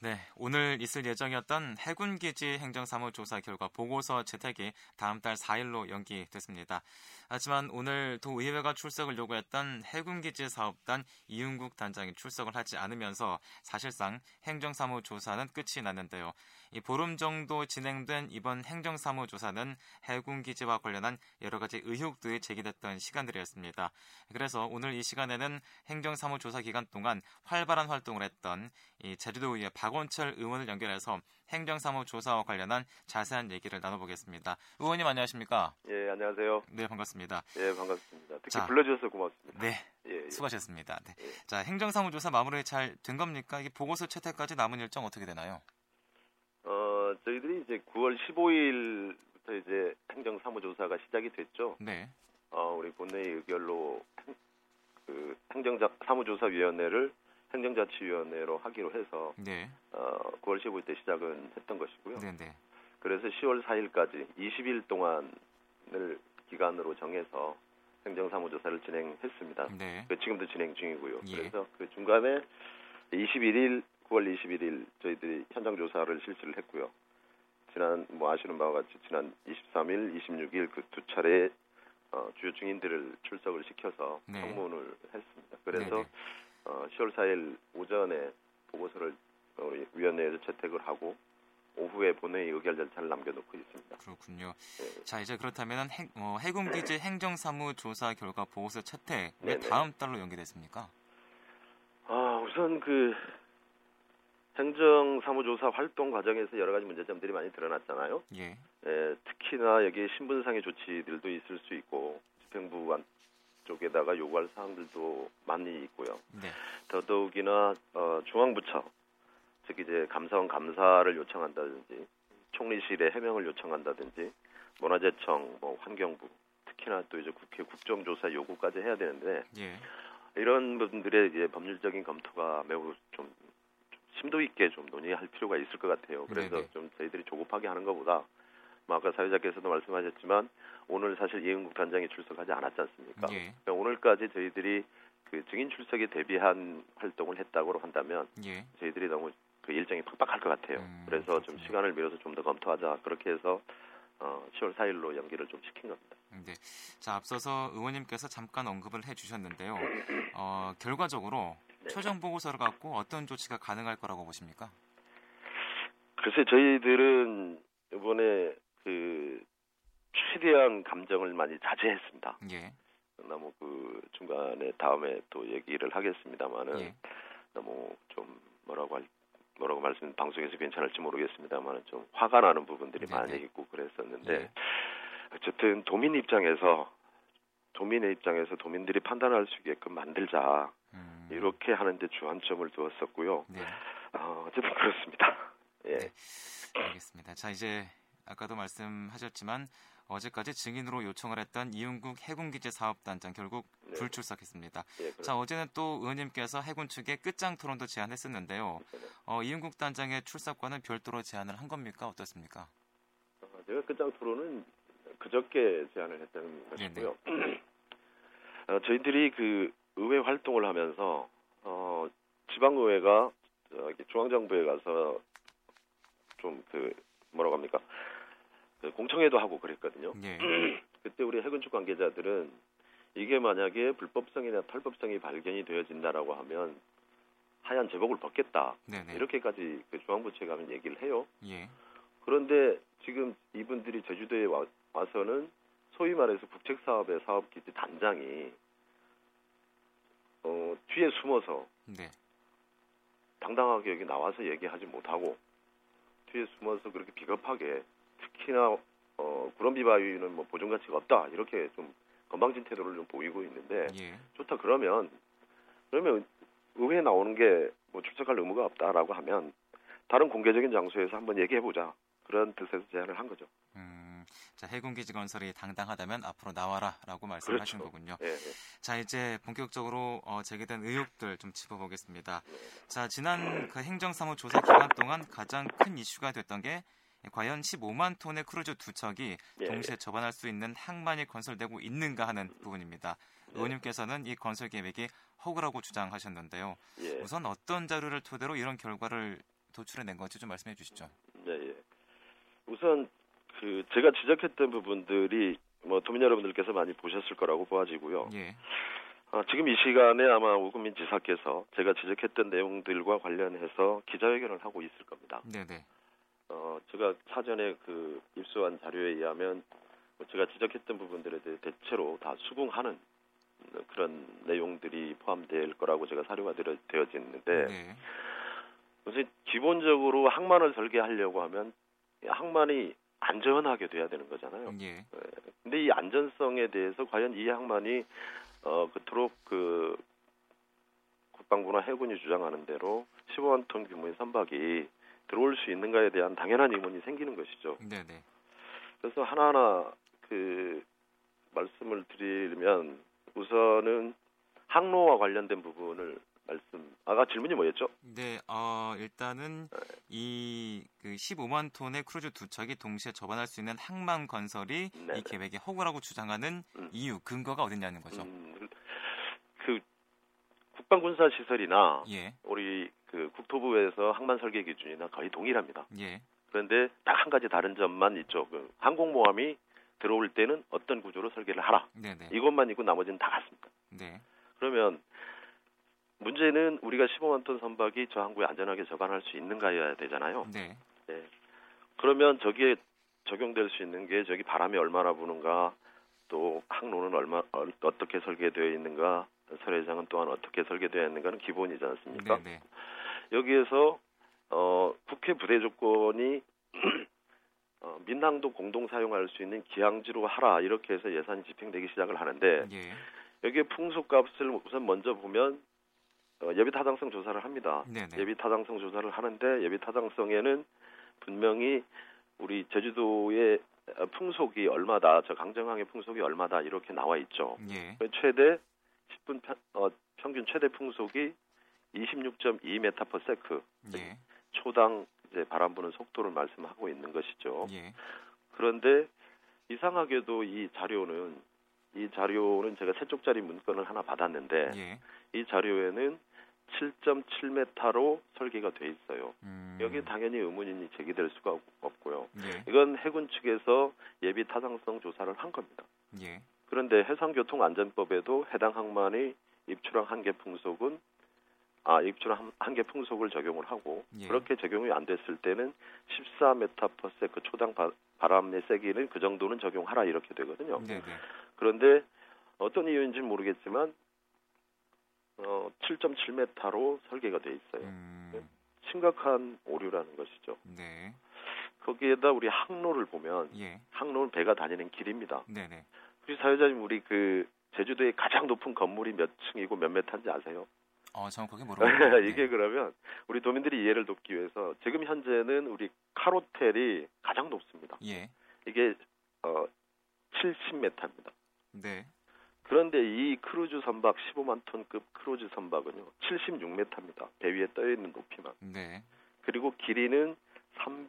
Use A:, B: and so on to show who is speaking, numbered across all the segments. A: 네, 오늘 있을 예정이었던 해군기지 행정사무 조사 결과 보고서 채택이 다음 달 4일로 연기됐습니다. 하지만 오늘 도의회가 출석을 요구했던 해군기지 사업단 이윤국 단장이 출석을 하지 않으면서 사실상 행정사무 조사는 끝이 났는데요. 이 보름 정도 진행된 이번 행정사무 조사는 해군기지와 관련한 여러 가지 의혹들이 제기됐던 시간들이었습니다. 그래서 오늘 이 시간에는 행정사무 조사 기간 동안 활발한 활동을 했던 이 제주도의회 박원철 의원을 연결해서 행정사무 조사와 관련한 자세한 얘기를 나눠보겠습니다. 의원님 안녕하십니까?
B: 예, 안녕하세요.
A: 네, 반갑습니다.
B: 예, 반갑습니다. 특히
A: 자.
B: 불러주셔서 고맙습니다.
A: 네,
B: 예, 예.
A: 수고하셨습니다. 네.
B: 예.
A: 자, 행정사무 조사 마무리 잘 된 겁니까? 이게 보고서 채택까지 남은 일정 어떻게 되나요?
B: 어, 저희들이 이제 9월 15일부터 이제 행정사무조사가 시작이 됐죠.
A: 네,
B: 어, 우리 본회의 의결로 행- 그 행정사무조사위원회를 행정자치위원회로 하기로 해서
A: 네,
B: 어, 9월 15일 때 시작은 했던 것이고요.
A: 네, 네.
B: 그래서 10월 4일까지 20일 동안을 기간으로 정해서 행정사무조사를 진행했습니다.
A: 네.
B: 그 지금도 진행 중이고요.
A: 예.
B: 그래서 그 중간에 21일 9월 21일 저희들이 현장 조사를 실시를 했고요. 지난 뭐 아시는 바와 같이 지난 23일, 26일 그 두 차례 어, 주요 증인들을 출석을 시켜서
A: 네.
B: 청문을 했습니다. 그래서
A: 네네.
B: 어, 10월 4일 오전에 보고서를 우리 위원회에서 채택을 하고 오후에 본회의 의결 절차를 남겨놓고 있습니다.
A: 그렇군요.
B: 예.
A: 자 이제 그렇다면 행, 어, 해군기지 행정사무 조사 결과 보고서 채택 왜
B: 네네.
A: 다음 달로 연기됐습니까?
B: 아, 우선 그 행정사무조사 활동 과정에서 여러 가지 문제점들이 많이 드러났잖아요.
A: 예,
B: 예, 특히나 여기 신분상의 조치들도 있을 수 있고 집행부 안 쪽에다가 요구할 사항들도 많이 있고요.
A: 네,
B: 더더욱이나 어, 중앙부처 즉 이제 감사원 감사를 요청한다든지 총리실에 해명을 요청한다든지 문화재청, 뭐 환경부 특히나 또 이제 국회 국정조사 요구까지 해야 되는데
A: 예,
B: 이런 분들의 이제 법률적인 검토가 매우 좀, 좀 심도 있게 좀 논의할 필요가 있을 것 같아요. 그래서
A: 네네.
B: 좀 저희들이 조급하게 하는 것보다 뭐 아까 사회자께서도 말씀하셨지만 오늘 사실 이은국 단장이 출석하지 않았지 않습니까?
A: 예,
B: 그러니까 오늘까지 저희들이 그 증인 출석에 대비한 활동을 했다고 한다면
A: 예,
B: 저희들이 너무 그 일정이 팍팍할 것 같아요.
A: 음,
B: 그래서 좀
A: 그렇군요.
B: 시간을 미뤄서 좀 더 검토하자 그렇게 해서 어, 10월 4일로 연기를 좀 시킨 겁니다.
A: 네. 자 앞서서 의원님께서 잠깐 언급을 해주셨는데요. 어, 결과적으로
B: 네.
A: 최종 보고서를 갖고 어떤 조치가 가능할 거라고 보십니까?
B: 글쎄 저희들은 이번에 그 최대한 감정을 많이 자제했습니다.
A: 예,
B: 너무 그 중간에 다음에 또 얘기를 하겠습니다만은
A: 예,
B: 너무 좀 뭐라고 할 뭐라고 말씀 방송에서 괜찮을지 모르겠습니다만은 좀 화가 나는 부분들이
A: 네네.
B: 많이 있고 그랬었는데
A: 예.
B: 어쨌든 도민 입장에서 도민의 입장에서 도민들이 판단할 수 있게끔 만들자
A: 음,
B: 이렇게 하는데 주안점을 두었었고요.
A: 네,
B: 어, 어쨌든 그렇습니다. 예.
A: 네. 알겠습니다. 자 이제 아까도 말씀하셨지만 어제까지 증인으로 요청을 했던 이윤국 해군기지 사업단장 결국
B: 네.
A: 불출석했습니다.
B: 예,
A: 자 어제는 또 의원님께서 해군 측에 끝장 토론도 제안했었는데요.
B: 그렇습니다.
A: 어, 이은국 단장의 출석과는 별도로 제안을 한 겁니까 어떻습니까?
B: 어, 제가 끝장 토론은 그저께 제안을 했다는 것이고요. 어, 저희들이 그 의회 활동을 하면서 어, 지방의회가 저기 중앙정부에 가서 좀 그 뭐라고 합니까? 그 공청회도 하고 그랬거든요.
A: 예,
B: 그때 우리 해군 측 관계자들은 이게 만약에 불법성이나 탈법성이 발견이 되어진다라고 하면 하얀 제복을 벗겠다
A: 네네.
B: 이렇게까지 그 중앙부처에 가면 얘기를 해요.
A: 예,
B: 그런데 지금 이분들이 제주도에 와, 서는 소위 말해서 국책사업의 사업기지 단장이 어, 뒤에 숨어서
A: 네,
B: 당당하게 여기 나와서 얘기하지 못하고 뒤에 숨어서 그렇게 비겁하게 특히나 어, 구럼비 바위는 뭐 보존 가치가 없다 이렇게 좀 건방진 태도를 좀 보이고 있는데
A: 예,
B: 좋다 그러면 그러면 의회에 나오는 게 뭐 출석할 의무가 없다라고 하면 다른 공개적인 장소에서 한번 얘기해 보자 그런 뜻에서 제안을 한 거죠.
A: 음, 자 해군기지 건설이 당당하다면 앞으로 나와라라고 말씀하신
B: 그렇죠.
A: 거군요.
B: 예, 예.
A: 자 이제 본격적으로 어, 제기된 의혹들 좀 짚어보겠습니다. 자 지난 그 행정사무 조사 기간 동안 가장 큰 이슈가 됐던 게 과연 15만 톤의 크루즈 두 척이
B: 예.
A: 동시에 접안할 수 있는 항만이 건설되고 있는가 하는 부분입니다.
B: 예.
A: 의원님께서는 이 건설 계획이 허구라고 주장하셨는데요.
B: 예.
A: 우선 어떤 자료를 토대로 이런 결과를 도출해 낸 건지 좀 말씀해 주시죠.
B: 네, 예. 우선 그 제가 지적했던 부분들이 뭐 도민 여러분들께서 많이 보셨을 거라고 보아지고요.
A: 예.
B: 아, 지금 이 시간에 아마 우금민 지사께서 제가 지적했던 내용들과 관련해서 기자회견을 하고 있을 겁니다.
A: 네, 네.
B: 어, 제가 사전에 그 입수한 자료에 의하면 제가 지적했던 부분들에 대해 대체로 다 수긍하는 그런 내용들이 포함될 거라고 제가 사료가 되어져 있는데
A: 네.
B: 우선 기본적으로 항만을 설계하려고 하면 항만이 안전하게 돼야 되는 거잖아요.
A: 예.
B: 근데 이 안전성에 대해서 과연 이 항만이 어 그토록 그 국방부나 해군이 주장하는 대로 15만 톤 규모의 선박이 들어올 수 있는가에 대한 당연한 의문이 생기는 것이죠.
A: 네, 네.
B: 그래서 하나하나 그 말씀을 드리면 우선은 항로와 관련된 부분을 말씀 아까 질문이 뭐였죠?
A: 네, 어, 일단은 이그 15만 톤의 크루즈 두 척이 동시에 접안할 수 있는 항만 건설이
B: 네네.
A: 이 계획의 허구라고 주장하는
B: 음.
A: 이유 근거가 어딨냐는 거죠.
B: 음, 그 국방군사 시설이나
A: 예,
B: 우리 그 국토부에서 항만 설계 기준이나 거의 동일합니다.
A: 예,
B: 그런데 딱 한 가지 다른 점만 있죠. 그 항공모함이 들어올 때는 어떤 구조로 설계를 하라.
A: 네, 네,
B: 이것만 있고 나머지는 다 같습니다.
A: 네,
B: 그러면 문제는 우리가 15만 톤 선박이 저 항구에 안전하게 접안할 수 있는가여야 되잖아요.
A: 네,
B: 그러면 저기에 적용될 수 있는 게 저기 바람이 얼마나 부는가 또 항로는 얼마 어, 어떻게 설계되어 있는가 설회장은 또한 어떻게 설계되어 있는가는 기본이지 않습니까?
A: 네, 네,
B: 여기에서 어, 국회 부대 조건이 어, 민항도 공동 사용할 수 있는 기항지로 하라 이렇게 해서 예산이 집행되기 시작을 하는데
A: 예,
B: 여기에 풍속값을 우선 먼저 보면 어, 예비 타당성 조사를 합니다.
A: 네, 네,
B: 아, 예비 타당성 조사를 하는데 예비 타당성에는 분명히 우리 제주도의 풍속이 얼마다, 저 강정항의 풍속이 얼마다 이렇게 나와 있죠.
A: 예,
B: 최대 10분 평, 어, 평균 최대 풍속이 26.2m/s
A: 예,
B: 초당 이제 바람 부는 속도를 말씀하고 있는 것이죠.
A: 예,
B: 그런데 이상하게도 이 자료는 이 자료는 제가 세 쪽짜리 문건을 하나 받았는데
A: 예.
B: 이 자료에는 7.7m로 설계가 돼 있어요.
A: 음,
B: 여기 당연히 의문이 제기될 수가 없- 없고요.
A: 예,
B: 이건 해군 측에서 예비 타당성 조사를 한 겁니다.
A: 예,
B: 그런데 해상교통안전법에도 해당 항만이 입출항 한계 풍속은 아 입출항 한- 한계 풍속을 적용을 하고
A: 예.
B: 그렇게 적용이 안 됐을 때는 14m/s 초당 바, 바람의 세기는 그 정도는 적용하라 이렇게 되거든요.
A: 네, 네,
B: 그런데 어떤 이유인지는 모르겠지만 어, 7.7m로 설계가 돼 있어요.
A: 음,
B: 심각한 오류라는 것이죠.
A: 네,
B: 거기에다 우리 항로를 보면
A: 예,
B: 항로는 배가 다니는 길입니다.
A: 네, 네,
B: 우리 사회자님 우리 그 제주도의 가장 높은 건물이 몇 층이고 몇 메타인지 아세요?
A: 어, 정확하게 물어보는
B: 이게 그러면 우리 도민들이 이해를 돕기 위해서 지금 현재는 우리 카로텔이 가장 높습니다.
A: 예,
B: 이게 어 70m입니다.
A: 네,
B: 그런데 이 크루즈 선박 15만 톤급 크루즈 선박은요 76m입니다. 배 위에 떠 있는 높이만
A: 네,
B: 그리고 길이는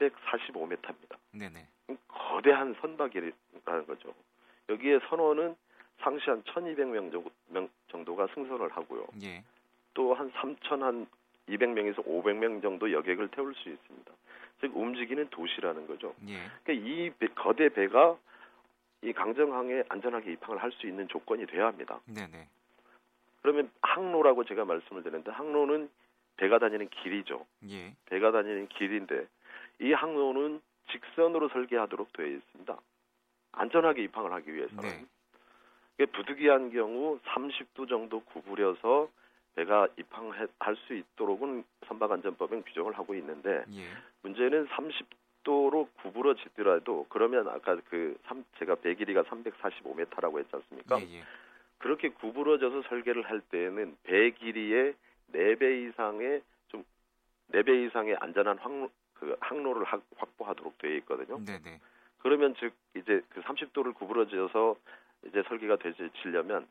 B: 345m입니다.
A: 네, 네,
B: 거대한 선박이라는 거죠. 여기에 선원은 상시 한 1,200명 정도, 명 정도가 승선을 하고요.
A: 예,
B: 또 한 3,000, 한 200명에서 500명 정도 여객을 태울 수 있습니다. 즉 움직이는 도시라는 거죠.
A: 예,
B: 그러니까 이 배- 거대 배가 이 강정항에 안전하게 입항을 할 수 있는 조건이 돼야 합니다.
A: 네, 네,
B: 그러면 항로라고 제가 말씀을 드렸는데 항로는 배가 다니는 길이죠.
A: 예,
B: 배가 다니는 길인데 이 항로는 직선으로 설계하도록 되어 있습니다. 안전하게 입항을 하기 위해서는
A: 네.
B: 이게 부득이한 경우 30도 정도 구부려서 배가 입항할 수 있도록은 선박안전법엔 규정을 하고 있는데
A: 예,
B: 문제는 30도로 구부러지더라도 그러면 아까 그 삼- 제가 배 길이가 345m라고 했지 않습니까?
A: 예, 예.
B: 그렇게 구부러져서 설계를 할 때에는 배 길이의 4배 이상의 좀 4배 이상의 안전한 항로, 그 항로를 확- 확보하도록 되어 있거든요.
A: 네네.
B: 그러면 즉 이제 그 30도를 구부러져서 이제 설계가 되지려면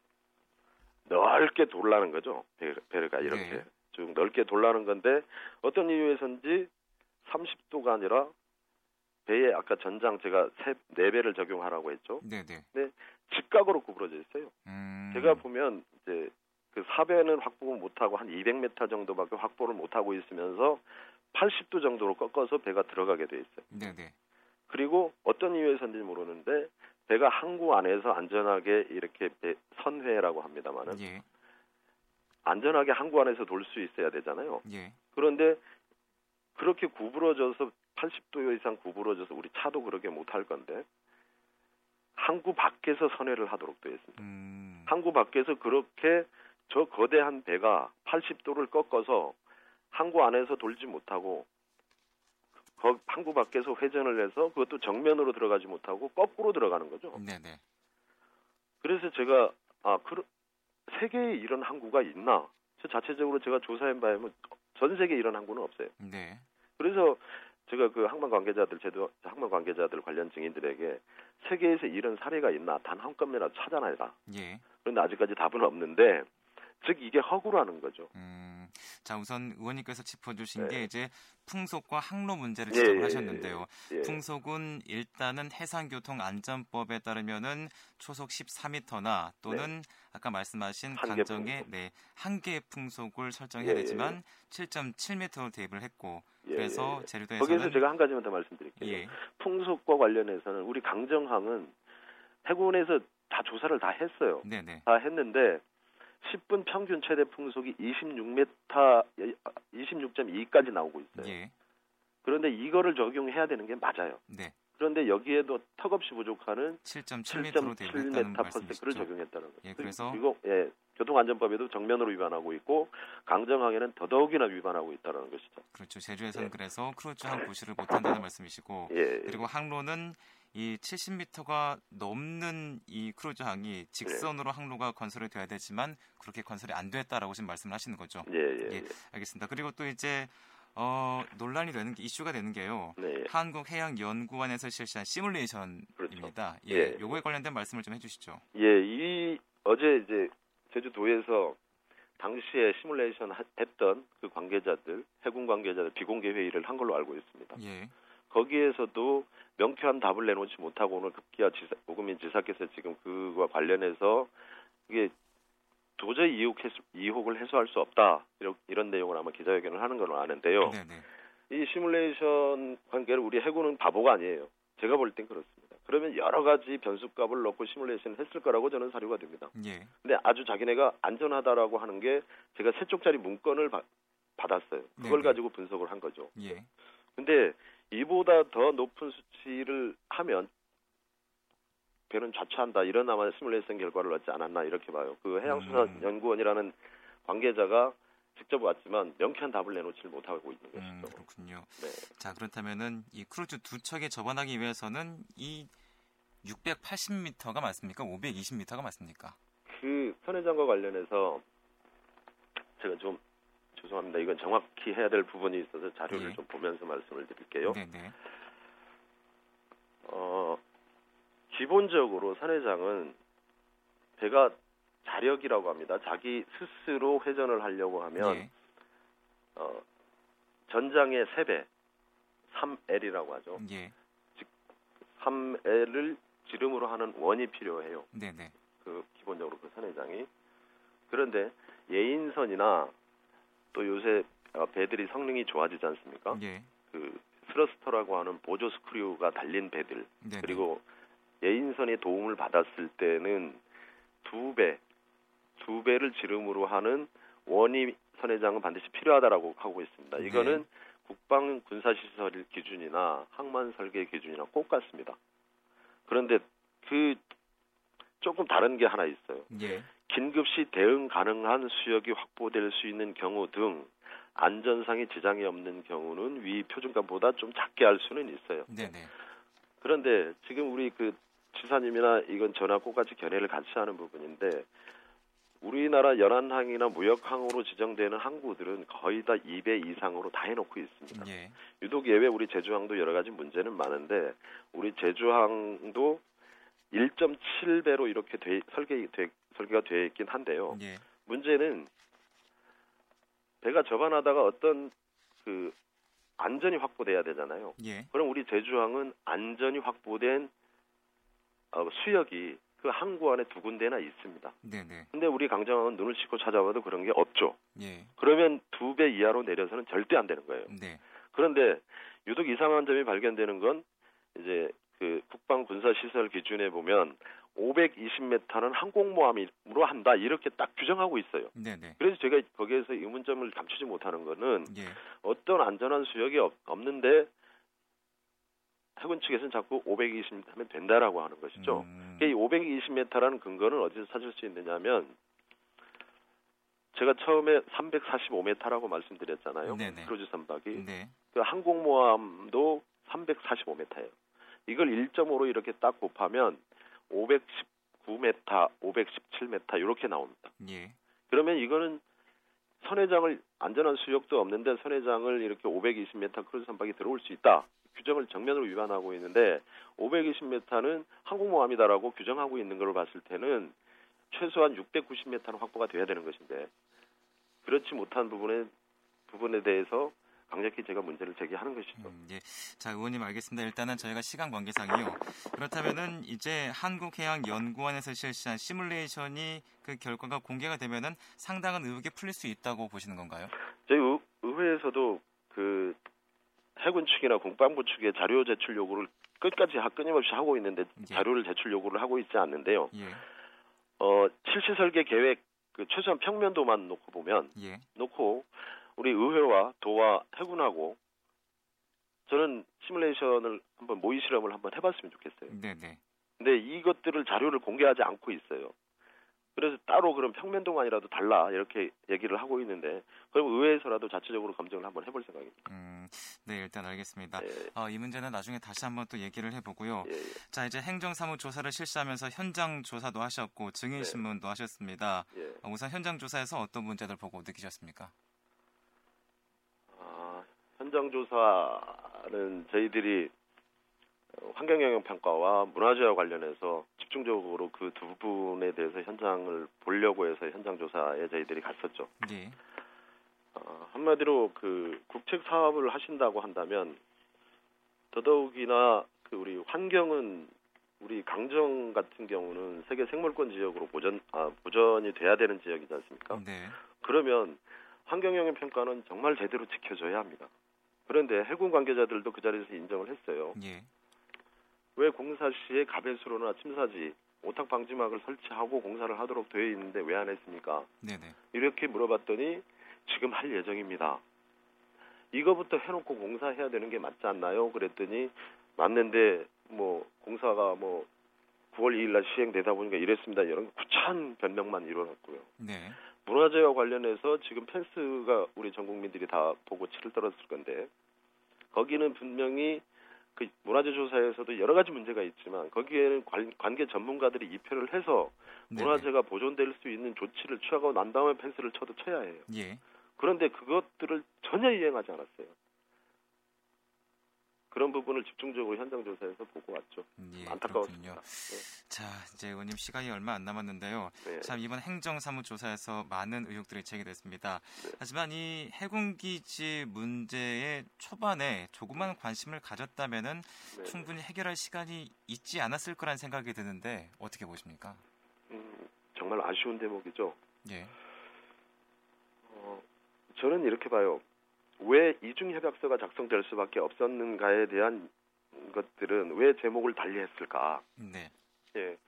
B: 넓게 돌라는 거죠. 배, 배가 이렇게
A: 네.
B: 쭉 넓게 돌라는 건데 어떤 이유에서인지 30도가 아니라 배에 아까 전장 제가 세 4배를 적용하라고 했죠.
A: 네네.
B: 직각으로 구부러져 있어요.
A: 음.
B: 제가 보면 이제 그 사배는 확보를 못하고 한 200m 정도밖에 확보를 못하고 있으면서 80도 정도로 꺾어서 배가 들어가게 돼 있어요.
A: 네네.
B: 그리고 어떤 이유에서인지 모르는데 배가 항구 안에서 안전하게 이렇게 배, 선회라고 합니다만은
A: 예.
B: 안전하게 항구 안에서 돌 수 있어야 되잖아요.
A: 예.
B: 그런데 그렇게 구부러져서 80도 이상 구부러져서 우리 차도 그렇게 못 할 건데 항구 밖에서 선회를 하도록 되어 있습니다.
A: 음.
B: 항구 밖에서 그렇게 저 거대한 배가 80도를 꺾어서 항구 안에서 돌지 못하고 거- 항구 밖에서 회전을 해서 그것도 정면으로 들어가지 못하고 거꾸로 들어가는 거죠.
A: 네네.
B: 그래서 제가 아, 그 세계에 이런 항구가 있나? 저 자체적으로 제가 조사한 바에 뭐전 세계에 이런 항구는 없어요.
A: 네.
B: 그래서 제가 그 항만 관계자들 제도 항만 관계자들 관련 증인들에게 세계에서 이런 사례가 있나 단 한 건이라도 찾아내라.
A: 예.
B: 그런데 아직까지 답은 없는데 즉 이게 허구라는 거죠.
A: 음, 자 우선 의원님께서 짚어주신
B: 네.
A: 게 이제 풍속과 항로 문제를
B: 예, 예,
A: 지적을
B: 예,
A: 하셨는데요.
B: 예.
A: 풍속은 일단은 해상교통안전법에 따르면은 초속 13m나 또는 아까 말씀하신
B: 네. 한계
A: 강정의
B: 풍속.
A: 네, 한계 풍속을 설정해야
B: 예, 예,
A: 되지만 7.7m로 대입을 했고
B: 예,
A: 그래서
B: 예, 예. 거기에서
A: 제주도에서는
B: 제가 한 가지만 더 말씀드릴게요.
A: 예,
B: 풍속과 관련해서는 우리 강정항은 해군에서 다 조사를 다 했어요.
A: 네, 네,
B: 다 했는데 10분 평균 최대 풍속이 26m 26.2까지 나오고 있어요.
A: 예,
B: 그런데 이거를 적용해야 되는 게 맞아요.
A: 네,
B: 그런데 여기에도 턱없이 부족하는
A: 7.7m로 대입을 했다는
B: 7.7m/s를
A: 말씀이시죠.
B: 적용했다는 거예요.
A: 예, 그래서-
B: 그리고 예, 교통안전법에도 정면으로 위반하고 있고 강정항에는 더더욱이나 위반하고 있다는 것이죠.
A: 그렇죠. 제주에서는
B: 예.
A: 그래서 크루즈 항구시를 못한다는 말씀이시고
B: 예, 예.
A: 어, 그리고 항로는 이 70m가 넘는 이 크루즈항이
B: 네.
A: 직선으로 항로가 건설이 돼야 되지만 그렇게 건설이 안 됐다라고 지금 말씀을 하시는 거죠.
B: 예, 예,
A: 예. 알겠습니다. 그리고 또 이제 어, 논란이 되는 게 이슈가 되는 게요.
B: 네, 예.
A: 한국해양연구원에서 실시한 시뮬레이션입니다.
B: 그렇죠.
A: 예,
B: 예.
A: 요거에 관련된 말씀을 좀 해주시죠.
B: 예, 이 어제 이제 제주도에서 당시에 시뮬레이션 하- 했던 그 관계자들, 해군 관계자들 비공개 회의를 한 걸로 알고 있습니다.
A: 예,
B: 거기에서도 명쾌한 답을 내놓지 못하고 오늘 급기야 지사, 오금민 지사께서 지금 그와 관련해서 이게 도저히 이혹 해소, 이혹을 해소할 수 없다 이런, 이런 내용을 아마 기자회견을 하는 걸로 아는데요.
A: 네, 네,
B: 이 시뮬레이션 관계를 우리 해군은 바보가 아니에요. 제가 볼 땐 그렇습니다. 그러면 여러 가지 변수값을 넣고 시뮬레이션 했을 거라고 저는 사료가 됩니다.
A: 예,
B: 근데 아주 자기네가 안전하다라고 하는 게 제가 세 쪽짜리 문건을 받- 받았어요.
A: 네네.
B: 그걸 가지고 분석을 한 거죠.
A: 예,
B: 근데 이보다 더 높은 수치를 하면 배는 좌차한다 이런 아마 시뮬레이션 결과를 얻지 않았나 이렇게 봐요. 그
A: 음.
B: 해양수산연구원이라는 관계자가 직접 왔지만 명쾌한 답을 내놓지를 못하고 있는 것이죠.
A: 음, 그렇군요.
B: 네.
A: 자 그렇다면은 이 크루즈 두 척에 접어나기 위해서는 이 680m가 맞습니까? 520m가 맞습니까?
B: 그 선회장과 관련해서 제가 좀 죄송합니다. 이건 정확히 해야 될 부분이 있어서 자료를
A: 예.
B: 좀 보면서 말씀을 드릴게요.
A: 네네.
B: 어, 기본적으로 선회장은 배가 자력이라고 합니다. 자기 스스로 회전을 하려고 하면
A: 예.
B: 어, 전장의 3배, 3L이라고 하죠.
A: 예.
B: 3L을 지름으로 하는 원이 필요해요.
A: 네네.
B: 그 기본적으로 그 선회장이 그런데 예인선이나 또 요새 어, 배들이 성능이 좋아지지 않습니까?
A: 예.
B: 그 스러스터라고 하는 보조 스크류가 달린 배들
A: 네네.
B: 그리고 예인선의 도움을 받았을 때는 두 배, 두 배를 지름으로 하는 원이 선회장은 반드시 필요하다라고 하고 있습니다.
A: 네.
B: 이거는 국방 군사시설 기준이나 항만 설계 기준이나 꼭 같습니다. 그런데 그 조금 다른 게 하나 있어요.
A: 예.
B: 긴급시 대응 가능한 수역이 확보될 수 있는 경우 등 안전상의 지장이 없는 경우는 위 표준값보다 좀 작게 할 수는 있어요.
A: 네네.
B: 그런데 지금 우리 그 지사님이나 이건 저나 똑같이 견해를 같이 하는 부분인데 우리나라 연안항이나 무역항으로 지정되는 항구들은 거의 다 2배 이상으로 다 해놓고 있습니다.
A: 예.
B: 유독 예외 우리 제주항도 여러 가지 문제는 많은데 우리 제주항도 1.7배로 이렇게 돼- 설계 돼- 설계가 되어 있긴 한데요.
A: 예.
B: 문제는 배가 접안하다가 어떤 그 안전이 확보돼야 되잖아요.
A: 예.
B: 그럼 우리 제주항은 안전이 확보된 어, 수역이 그 항구 안에 두 군데나 있습니다.
A: 네네.
B: 근데 우리 강정항은 눈을 씻고 찾아봐도 그런 게 없죠.
A: 예.
B: 그러면 두 배 이하로 내려서는 절대 안 되는 거예요.
A: 네.
B: 그런데 유독 이상한 점이 발견되는 건 이제 그 국방 군사 시설 기준에 보면 520m는 항공모함으로 한다 이렇게 딱 규정하고 있어요.
A: 네네.
B: 그래서 제가 거기에서 의문점을 감추지 못하는 거는
A: 예.
B: 어떤 안전한 수역이 없, 없는데 해군 측에서는 자꾸 520m 하면 된다라고 하는 것이죠.
A: 음,
B: 이 520m라는 근거는 어디서 찾을 수 있느냐면 제가 처음에 345m라고 말씀드렸잖아요.
A: 네네.
B: 크루즈 선박이
A: 네.
B: 그 항공모함도 345m예요. 이걸 1.5로 이렇게 딱 곱하면 519m, 517m 이렇게 나옵니다.
A: 예.
B: 그러면 이거는 선회장을 안전한 수역도 없는데 선회장을 이렇게 520m 크루즈 선박이 들어올 수 있다. 규정을 정면으로 위반하고 있는데 520m는 항공모함이다라고 규정하고 있는 걸로 봤을 때는 최소한 690m는 확보가 돼야 되는 것인데 그렇지 못한 부분에 부분에 대해서 강력히 제가 문제를 제기하는 것이죠.
A: 음, 예. 자, 의원님 알겠습니다. 일단은 저희가 시간 관계상이요. 그렇다면은 이제 한국해양연구원에서 실시한 시뮬레이션이 그 결과가 공개가 되면은 상당한 의혹이 풀릴 수 있다고 보시는 건가요?
B: 저희 의- 의회에서도 그 해군 측이나 국방부 측의 자료 제출 요구를 끝까지 하- 끊임없이 하고 있는데
A: 예.
B: 자료를 제출 요구를 하고 있지 않는데요.
A: 예.
B: 어, 실시 설계 계획 그 최소한 평면도만 놓고 보면
A: 예.
B: 놓고 우리 의회와 도와 해군하고 저는 시뮬레이션을 한번 모의 실험을 한번 해봤으면 좋겠어요.
A: 네, 네.
B: 근데 이것들을 자료를 공개하지 않고 있어요. 그래서 따로 그럼 평면도만이라도 달라 이렇게 얘기를 하고 있는데 그럼 의회에서라도 자체적으로 검증을 한번 해볼 생각입니다.
A: 음. 네, 일단 알겠습니다.
B: 예,
A: 어, 이 문제는 나중에 다시 한번 또 얘기를 해 보고요.
B: 예, 예.
A: 자, 이제 행정사무 조사를 실시하면서 현장 조사도 하셨고 증인
B: 네.
A: 신문도 하셨습니다.
B: 예.
A: 어, 우선 현장 조사에서 어떤 문제들 보고 느끼셨습니까?
B: 아, 현장 조사는 저희들이 어, 환경영향평가와 문화재와 관련해서 집중적으로 그 두 부분에 대해서 현장을 보려고 해서 현장 조사에 저희들이 갔었죠.
A: 예.
B: 어, 한마디로 그 국책 사업을 하신다고 한다면 더더욱이나 그 우리 환경은 우리 강정 같은 경우는 세계 생물권 지역으로 보전 아, 보전이 돼야 되는 지역이지 않습니까?
A: 네.
B: 그러면 환경영향 평가는 정말 제대로 지켜줘야 합니다. 그런데 해군 관계자들도 그 자리에서 인정을 했어요.
A: 예.
B: 왜 공사 시에 가배수로나 침사지, 오탁 방지막을 설치하고 공사를 하도록 되어 있는데 왜 안 했습니까?
A: 네, 네.
B: 이렇게 물어봤더니 지금 할 예정입니다. 이거부터 해놓고 공사해야 되는 게 맞지 않나요? 그랬더니 맞는데 뭐 공사가 뭐 9월 2일날 시행되다 보니까 이랬습니다. 이런 구차한 변명만 일어났고요.
A: 네.
B: 문화재와 관련해서 지금 펜스가 우리 전 국민들이 다 보고 치를 떨었을 건데 거기는 분명히 그 문화재 조사에서도 여러 가지 문제가 있지만 거기에는 관, 관계 전문가들이 입회를 해서
A: 네,
B: 문화재가 보존될 수 있는 조치를 취하고 난 다음에 펜스를 쳐도 쳐야 해요.
A: 네. 예.
B: 그런데 그것들을 전혀 이행하지 않았어요. 그런 부분을 집중적으로 현장 조사에서 보고 왔죠.
A: 예,
B: 안타까웠습니다.
A: 그렇군요. 자, 이제 의원님 시간이 얼마 안 남았는데요.
B: 네.
A: 참 이번 행정사무 조사에서 많은 의혹들이 제기됐습니다.
B: 네.
A: 하지만 이 해군기지 문제의 초반에 조그만 관심을 가졌다면은
B: 네.
A: 충분히 해결할 시간이 있지 않았을 거란 생각이 드는데 어떻게 보십니까?
B: 음, 정말 아쉬운 대목이죠.
A: 예.
B: 어, 저는 이렇게 봐요. 왜 이중협약서가 작성될 수밖에 없었는가에 대한 것들은 왜 제목을 달리했을까?
A: 네.
B: 예.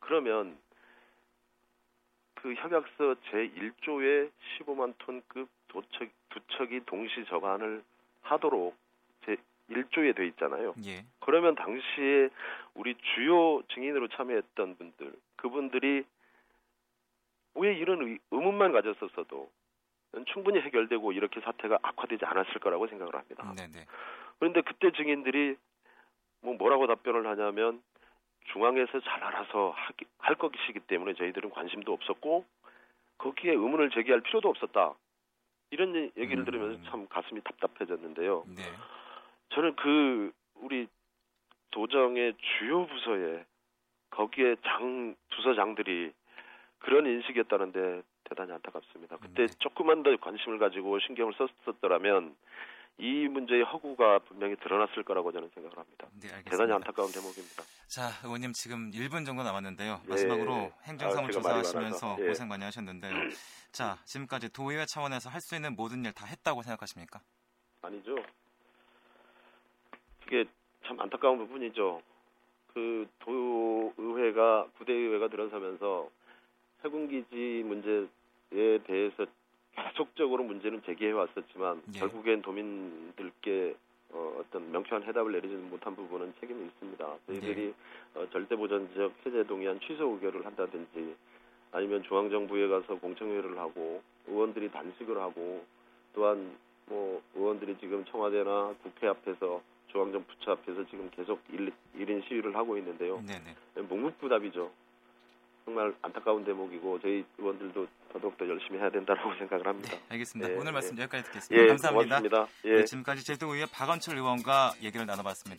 B: 그러면 그 협약서 제1조에 15만 톤급 도척, 두척이 동시 저반을 하도록 제1조에 돼 있잖아요.
A: 예.
B: 그러면 당시에 우리 주요 증인으로 참여했던 분들, 그분들이 왜 이런 의, 의문만 가졌었어도 충분히 해결되고 이렇게 사태가 악화되지 않았을 거라고 생각을 합니다.
A: 네, 네.
B: 그런데 그때 증인들이 뭐 뭐라고 답변을 하냐면 중앙에서 잘 알아서 하기, 할 것이기 때문에 저희들은 관심도 없었고 거기에 의문을 제기할 필요도 없었다. 이런 얘기를
A: 음.
B: 들으면서 참 가슴이 답답해졌는데요.
A: 네.
B: 어, 저는 그 우리 도정의 주요 부서에 거기에 장 부서장들이 그런 인식이었다는데 대단히 안타깝습니다. 그때
A: 음.
B: 조금만 더 관심을 가지고 신경을 썼었더라면 이 문제의 허구가 분명히 드러났을 거라고 저는 생각을 합니다.
A: 네, 알겠습니다.
B: 대단히 안타까운 대목입니다.
A: 자, 의원님 지금 1분 정도 남았는데요.
B: 예.
A: 마지막으로 행정사무
B: 아, 제가 말이
A: 조사하시면서
B: 많아서. 예.
A: 고생 많이 하셨는데요. 자, 지금까지 도의회 차원에서 할 수 있는 모든 일 다 했다고 생각하십니까?
B: 아니죠. 그게 참 안타까운 부분이죠. 그 도의회가 구대의회가 들어서면서 해군기지 문제에 대해서 계속적으로 문제는 제기해 왔었지만
A: 예.
B: 결국엔 도민들께 어, 어떤 명쾌한 해답을 내리지는 못한 부분은 책임이 있습니다. 저희들이 어, 절대보전 지역 해제 동의안 취소 의결을 한다든지 아니면 중앙정부에 가서 공청회를 하고 의원들이 단식을 하고 또한 뭐 의원들이 지금 청와대나 국회 앞에서 중앙정 부처 앞에서 지금 계속 일, 인 시위를 하고 있는데요.
A: 네네.
B: 묵묵부답이죠. 정말 안타까운 대목이고 저희 의원들도 더더욱더 열심히 해야 된다라고 생각을 합니다.
A: 네, 알겠습니다.
B: 예,
A: 오늘
B: 예.
A: 말씀 여기까지 듣겠습니다. 네,
B: 예,
A: 감사합니다.
B: 고맙습니다. 예.
A: 네, 지금까지 제주의회 박원철 의원과 얘기를 나눠봤습니다.